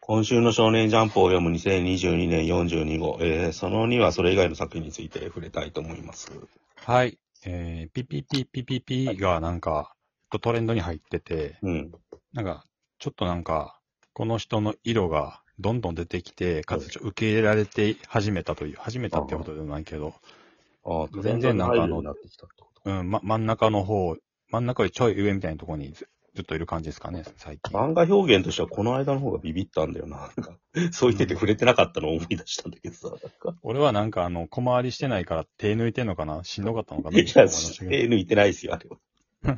今週の少年ジャンプを読む2022年42号、えー、その2はそれ以外の作品について触れたいと思います。はい。えー、ピピピピピピがなんか、ちょっとトレンドに入ってて、うん。なんか、ちょっとなんか、この人の色がどんどん出てきて、かつちょ受け入れられて始めたという、始めたってことではないけど、あー全然なんかあのなってきたってことうん、ま、真ん中の方、真ん中よりちょい上みたいなところにずずっといる感じですかね、最近。漫画表現としてはこの間の方がビビったんだよな。なんか、そう言ってて触れてなかったのを思い出したんだけどさ。なんか俺はなんかあの、小回りしてないから手抜いてんのかなしんどかったのかないと思や、いましたけど手抜いてないですよ、あれは。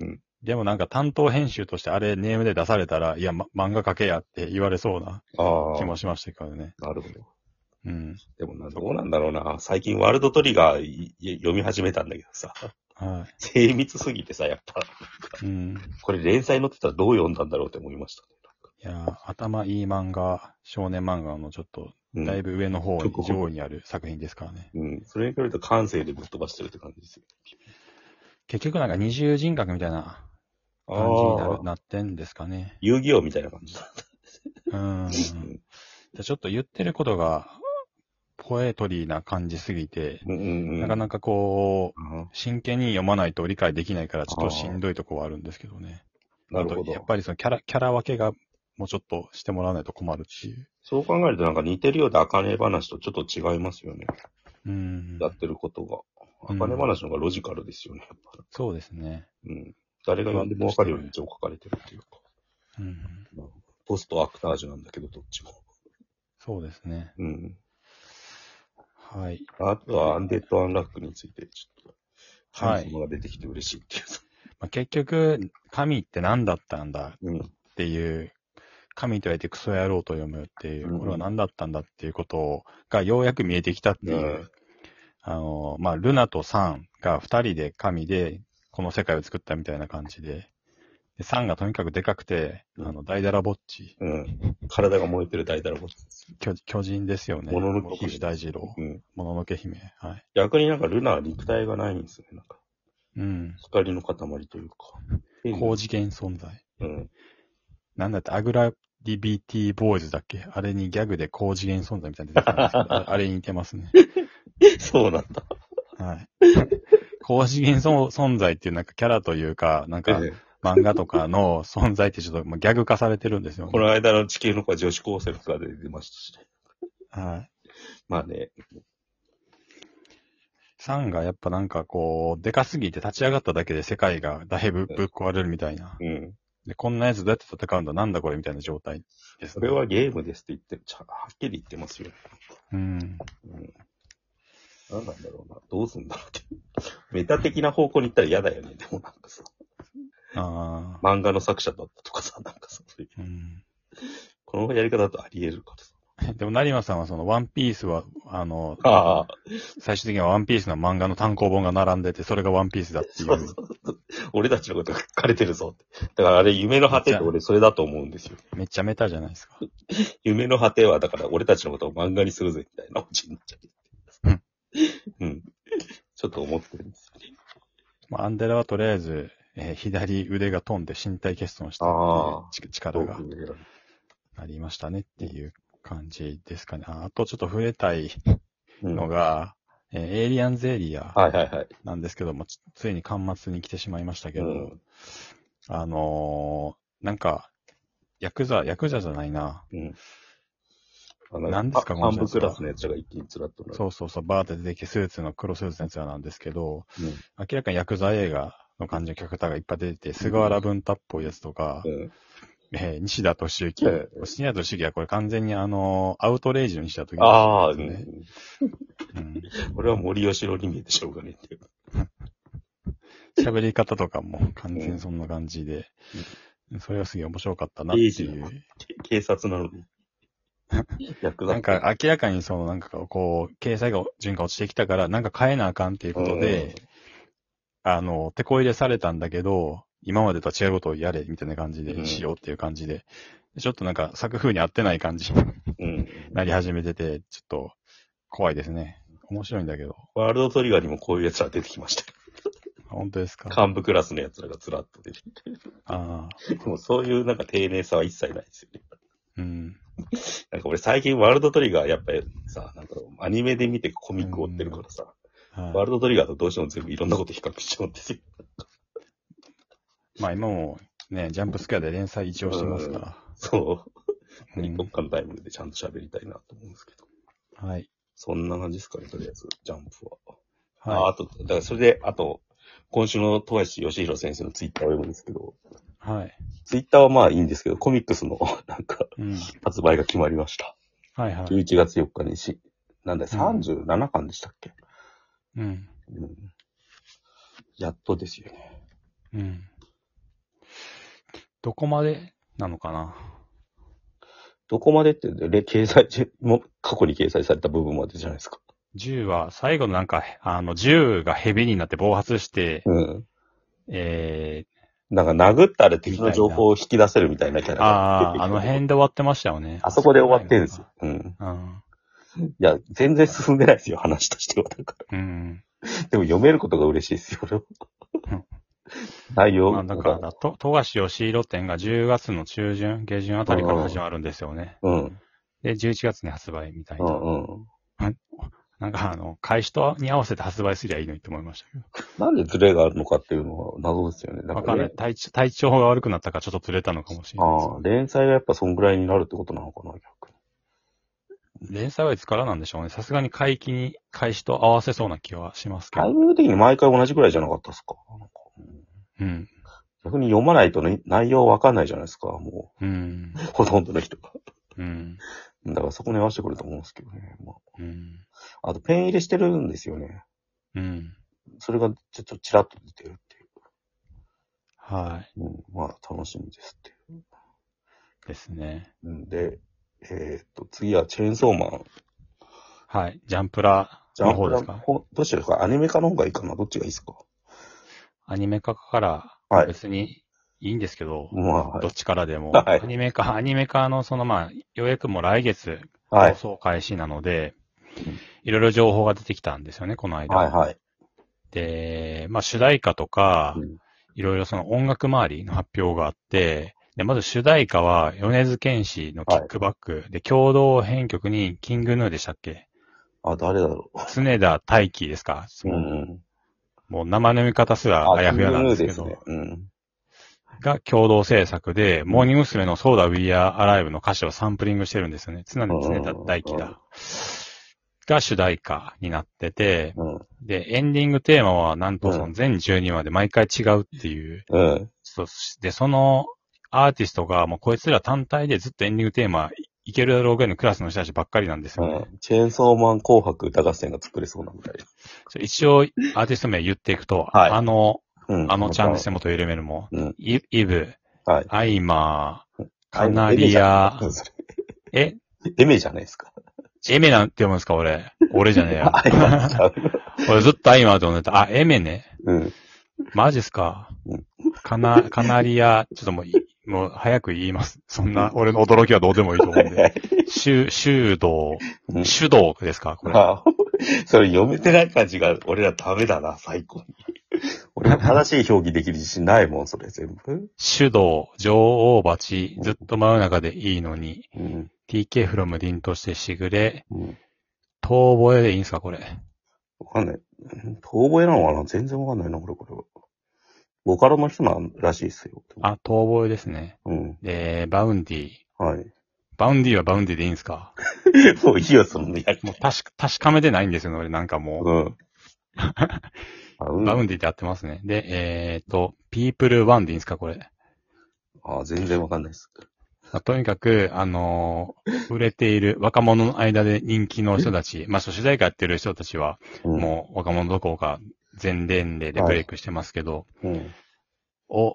うん。でもなんか担当編集としてあれネームで出されたら、いや、ま、漫画描けやって言われそうなあ気あ、もしましたけどね。なるほど。うん。でもな、どうなんだろうな。最近ワールドトリガーいい読み始めたんだけどさ。は精密すぎてさ、やっぱ、い。うん。これ連載載ってたらどう読んだんだろうって思いましたね。いやー、頭いい漫画、少年漫画のちょっと、うん、だいぶ上のう方んに、上位にある作品ですからね。うん。それに比べると感性でぶっ飛ばしてるって感じですよ。結局なんか二重人格みたいな感じになるなってんですかね。遊戯王みたいな感じだ。うん。うんじゃあちょっと言ってることが、ポエトリーな感じすぎて、うんうんうん。なかなかこう、うん真剣に読まないと理解できないから、ちょっとしんどいとこはあるんですけどね。なるほあとやっど。ぱりそのキャラ、キャラ分けが、もうちょっとしてもらわないと困るっていう。そう考えるとなんか似てるようで茜話とちょっと違いますよね。うんや。ってることが。うん茜話の方がロジカルですよね、やっぱ。そうですね。うん。誰が読んでもわかるように一応書かれてるっていうか。うん。まあポストアクタージュなんだけど、どっちも。そうですね。うん。はい。あとは、アンデッド・アンラックについて、ちょっと、はい神様が出てきて嬉しいっていうさ。まあ、結局、神って何だったんだうん。っていう、神と言われてクソ野郎と読むっていうう、んこれは何だったんだっていうことがようやく見えてきたっていう、うんあの、まあ、ルナとサンが二人で神で、この世界を作ったみたいな感じで、でサンがとにかくでかくて、あの、大だらぼっち、うん。体が燃えてる大太郎です。巨巨人ですよね。もののけ姫諸星大二郎う。ん。もののけ姫。はい。逆になんか、ルナは肉体がないんですよね。なんか、うん。光の塊というか。高次元存在。うん。なんだって、アグラリビティボーイズだっけあれにギャグで高次元存在みたいなの出てきたんですけど、あれあれに似てますね。 そうなんだ。はい。 高次元そ存在っていうなんかキャラというか、なんかええ漫画とかの存在ってちょっともうギャグ化されてるんですよ、こね。の間の地球の子は女子高生の子が出てましたしね。はい。まあね。サンがやっぱなんかこう、でかすぎて立ち上がっただけで世界がだいぶぶっ壊れるみたいな。うん。で、こんなやつどうやって戦うんだなんだこれみたいな状態ですそね。れはゲームですって言ってる、ちゃんはっきり言ってますよ。うん。うん。何なんだろうな。どうすんだろうって。 メタ的な方向に行ったら嫌だよね。でもなんかさ、ああ。漫画の作者だったとかさ、なんかさ、そういううんこのやり方だとあり得るからさ。でも、成馬さんはその、ワンピースは、あの、ああ、最終的にはワンピースの漫画の単行本が並んでて、それがワンピースだっていう。そうそうそう。俺たちのことが書かれてるぞって。だからあれ、夢の果てって俺それだと思うんですよ。めっちゃメタじゃないですか。夢の果ては、だから俺たちのことを漫画にするぜ、みたいなオチになっちゃう。うん。ちょっと思ってるんですよね。まあ、アンデラはとりあえず、えー左腕が飛んで身体欠損したああっていうち力がどういうなりましたねっていう感じですかね。ああとちょっと触れたいうんはのいが、えーエイリアンズエリアはいはい。なんですけども、つついに端末に来てしまいましたけど、うんあのーなんか、ヤクザ、ヤクザじゃないな。うん。あ何ですかパこのパン人ブたちクはラスのやつらが一気にずらっとなる。そうそうそう、バーって出てきてスーツの黒スーツのやつらなんですけど、うん明らかにヤクザ映画の感じのキャラクターがいっぱい出てて、菅原文太っぽいやつとか、うん。えー西田敏行。ええ西田敏行はこれ完全にあのーアウトレイジの西田敏行。ああ、うねん。うん俺は森吉郎に見えてしょうがねえっていう。喋り方とかも完全にそんな感じで、それはすげえ面白かったなってレイジいなう。警察なのに。役なんか明らかにそのなんかこう、経済が順が落ちてきたから、なんか変えなあかんっていうことで、あの、手こ入れされたんだけど、今までとは違うことをやれ、みたいな感じうんで、しようっていう感じで、ちょっとなんか作風に合ってない感じにうん、うん。なり始めてて、ちょっと怖いですね。面白いんだけど。ワールドトリガーにもこういうやつら出てきましたよ。本当ですかあ幹部クラスのやつらがずらっと出てきて。あー。でもそういうなんか丁寧さは一切ないですよね。うん。なんか俺最近ワールドトリガーやっぱりさ、なんだろう、アニメで見てコミック追ってるからさ、ワーはルドトリガーとどうしても全部いろんなこと比較しちゃうんですよ。 い、まあ今もね、ジャンプスクエアで連載一応してますから。そう。うんどっかのタイムでちゃんと喋りたいなと思うんですけど。はい。そんな感じですかね、とりあえず、ジャンプは。あ、はあと、だからそれで、あと、今週の富樫義弘先生のツイッターを読むんですけど、い。はい。ツイッターはまあいいんですけど、コミックスの なんかうん。発売が決まりました。はいはい。 11月4日にし、なんだよ、37巻でしたっけ、うん。うん、やっとですよね。うん。どこまでなのかなどこまでって、で、掲載中、も過去に掲載された部分までじゃないですか。銃は、最後のなんか、あの、銃がヘビになって暴発して、うん。えなんか殴ったら敵の情報を引き出せるみたいなキャー、ラがあ出てきあ、てあの辺で終わってましたよね。あそこで終わってるんですよ。。うん。うん。いや、全然進んでないですよ、話としては。だかうん。らでも読めることが嬉しいですよ、 俺はうん。内容まあ、だからだ、と、富樫義弘展が10月の中旬、下旬あたりから始まるんですよね。うん。で、11月に発売みたいうな。んうん。なんか、あの、開始とに合わせて発売すりゃいいのにと思いましたけど。なんでズレがあるのかっていうのは謎ですよね。だわかかんならい。、体調、体調が悪くなったかちょっとずれたのかもしれないですけどああ、連載がやっぱそんぐらいになるってことなのかな、逆に。連載はいつからなんでしょうね。さすがに回帰に、開始と合わせそうな気はしますけタイど。ミング的に毎回同じぐらいじゃなかったですか。なんかうんうん。逆に読まないとね、内容わかんないじゃないですか、もうん。う、ほとんどの人が。 うん。だからそこに合わせてくれると思うんですけどね。まうん。あ、あとペン入れしてるんですよね。うん。それがちょっとちらっと出てるっていう。はうん、まあ、楽しみですっていう。い。ですね。うんで、えーっと、次はチェーンソーマン。はい。ジャンプラの方ですかほどうしてですかアニメ化の方がいいかなどっちがいいですかアニメ化からは、い別にいいんですけど、まあ、はどいっ。ちからでも。はいアニメ化、アニメ化のそのまあ、ようやくもう来月は放い。送開始なので、うんいろいろ情報が出てきたんですよね、この間。はい、はい。で、まあ主題歌とか、うんいろいろその音楽周りの発表があって、で、まず主題歌は、米津玄師のキックバック、で、共同編曲に、キングヌーでしたっけあ、誰だろ常田大輝ですか、う。。もうんもう生の見方すらあやふやなんですけど、キングヌーですね。が共同制作で、モーニング娘。のソーダ We Are Alive の歌詞をサンプリングしてるんですよね。常田大輝うんだ。が主題歌になってて、うん。うん。で、エンディングテーマは、なんとそうの全12話で毎回違うっていう、うん。そうで、そのアーティストが、もうこいつら単体でずっとエンディングテーマいいけるだろうぐらいのクラスの人たちばっかりなんですよね。うん。チェーンソーマン紅白歌合戦が作れそうなぐらい。そう一応、アーティスト名言っていくと、はいあの、うん。あのちゃんですね、元緩めるも、うんイイブ、はい。アイマー、カナリアあ、エメじゃないえ、エメじゃないですか。エメなんて読むんですか、俺。俺じゃねえよ あ、。エメちゃう。俺ずっとアイマーって呼んでた。あ、エメね。うん。マジっすかうん。カナ、カナリア、ちょっともうい、もう早く言います。そんな、俺の驚きはどうでもいいと思うんで。修、修道、うん修道ですかこれ。あ、それ読めてない感じが、俺らダメだな、最高に。俺も正しい表記できる自信ないもん、それ全部。修道、女王蜂、ずっと真ん中でいいのに、うん。 TK from ディンとしてしぐれ、うん。遠吠えでいいんすかこれ。わかんない。遠吠えなのかな全然わかんないな、これ、これは。ボカロの人なんらしいっすよ。あ、遠吠えですね。うん。で、バウンディ。はい。 バウンディはバウンディでいいんすかもういいよ、そのやりもう確か、確かめてないんですよね、俺なんかもう。うん。あ、うバウん。ンディって合ってますね。で、えーと、ピープルワンでいいんですかこれ。あ、全然わかんないっす。まあとにかく、あのー売れている若者の間で人気の人たち、まあ、そう主題歌やってる人たちは、うんもう若者どころか全年齢でブレイクしてますけど、うん。を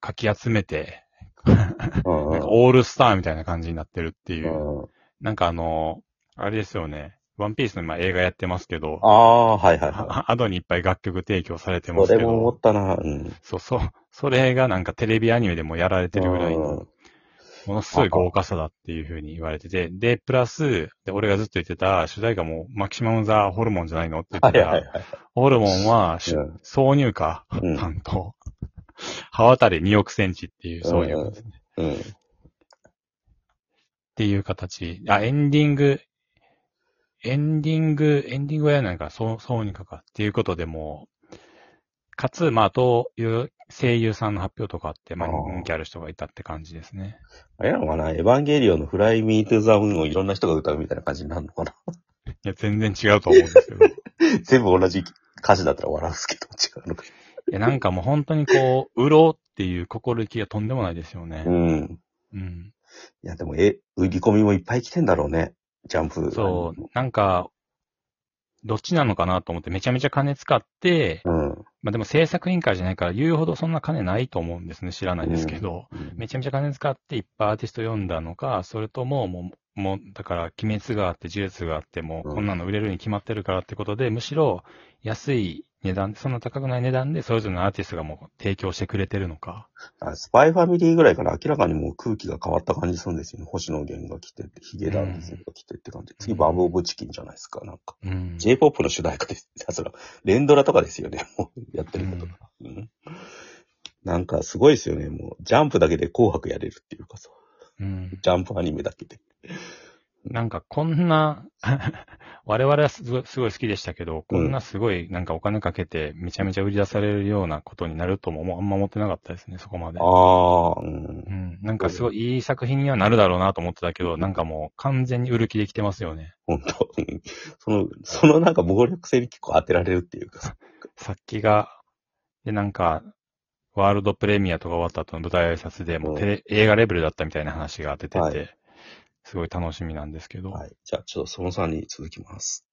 かき集めて、うん。なんかオールスターみたいな感じになってるっていうう。ん。なんかあのーあれですよね、ワンピースの今映画やってますけど、ああ、はいはいはあアドにいっぱい楽曲提供されてい。まこすれけも思どっ、たな。うん。そうそう、それがなんかテレビアニメでもやられてるぐらいのうんものすごい豪華さだっていうふうに言われてて、で、プラス、で、俺がずっと言ってた主題歌もマキシマムザホルモンじゃないのって言はっていたはいら、ホルモンはし、はい。挿入歌うん 担当。刃渡り2億センチっていう挿入歌ですね。うん。うん。っていう形。あ、エンディング、エンディング、エンディングはやらないから、そう、そうにかか。っていうことでもう、かつ、まあ、という声優さんの発表とかあって、まあ、あー人気ある人がいたって感じですね。あれなのかなエヴァンゲリオンのフライミートゥザムーンをいろんな人が歌うみたいな感じになるのかな いや、全然違うと思うんですけど。い全部同じ歌詞だったら笑うんですけど、違うのか。や、なんかもう本当にこう、うろうっていう心意気がとんでもないですよねう。ん。うん。いや、でも、え、売り込みもいっぱい来てんだろうね。ジャンプ。そう、なんか、どっちなのかなと思って、めちゃめちゃ金使って、う。うん。まあでも制作委員会じゃないから言うほどそんな金ないと思うんですね。知らないですけど。めちゃめちゃ金使っていっぱいアーティスト読んだのか、それとも、もう、もう、だから、鬼滅があって、呪術があって、もうう、んこんなの売れるに決まってるからってことで、むしろ、安い値段、そんな高くない値段で、それぞれのアーティストがもう提供してくれてるのか。あスパイファミリーぐらいから明らかにもう空気が変わった感じするんですよね。星野源が来てって、ヒゲダンディズムが来てって感じ。次、バンブオブチキンじゃないですか、なんか。うん。 J-POP の主題歌です。あその連ドラとかですよね、 もう、やってることが。うんなんか、すごいですよね、もう、ジャンプだけで紅白やれるっていうかさ、うん。ジャンプアニメだけで。なんかこんな、 我々はすごいすごい好きでしたけど、こんなすごいなんかお金かけてめちゃめちゃ売り出されるようなことになるとももうあんま思ってなかったですね、そこまで。ああ、うんう。ん、なんかすごいいい作品にはなるだろうなと思ってたけど、なんかもう完全に売る気できてますよね。本当うんその、そのなんか暴力性に結構当てられるっていうかさ。さっきが、でなんか、ワールドプレミアとか終わった後の舞台挨拶でもうテレ、映画レベルだったみたいな話が出てて、はいすごい楽しみなんですけど。はい。じゃあ、ちょっとその3に続きます。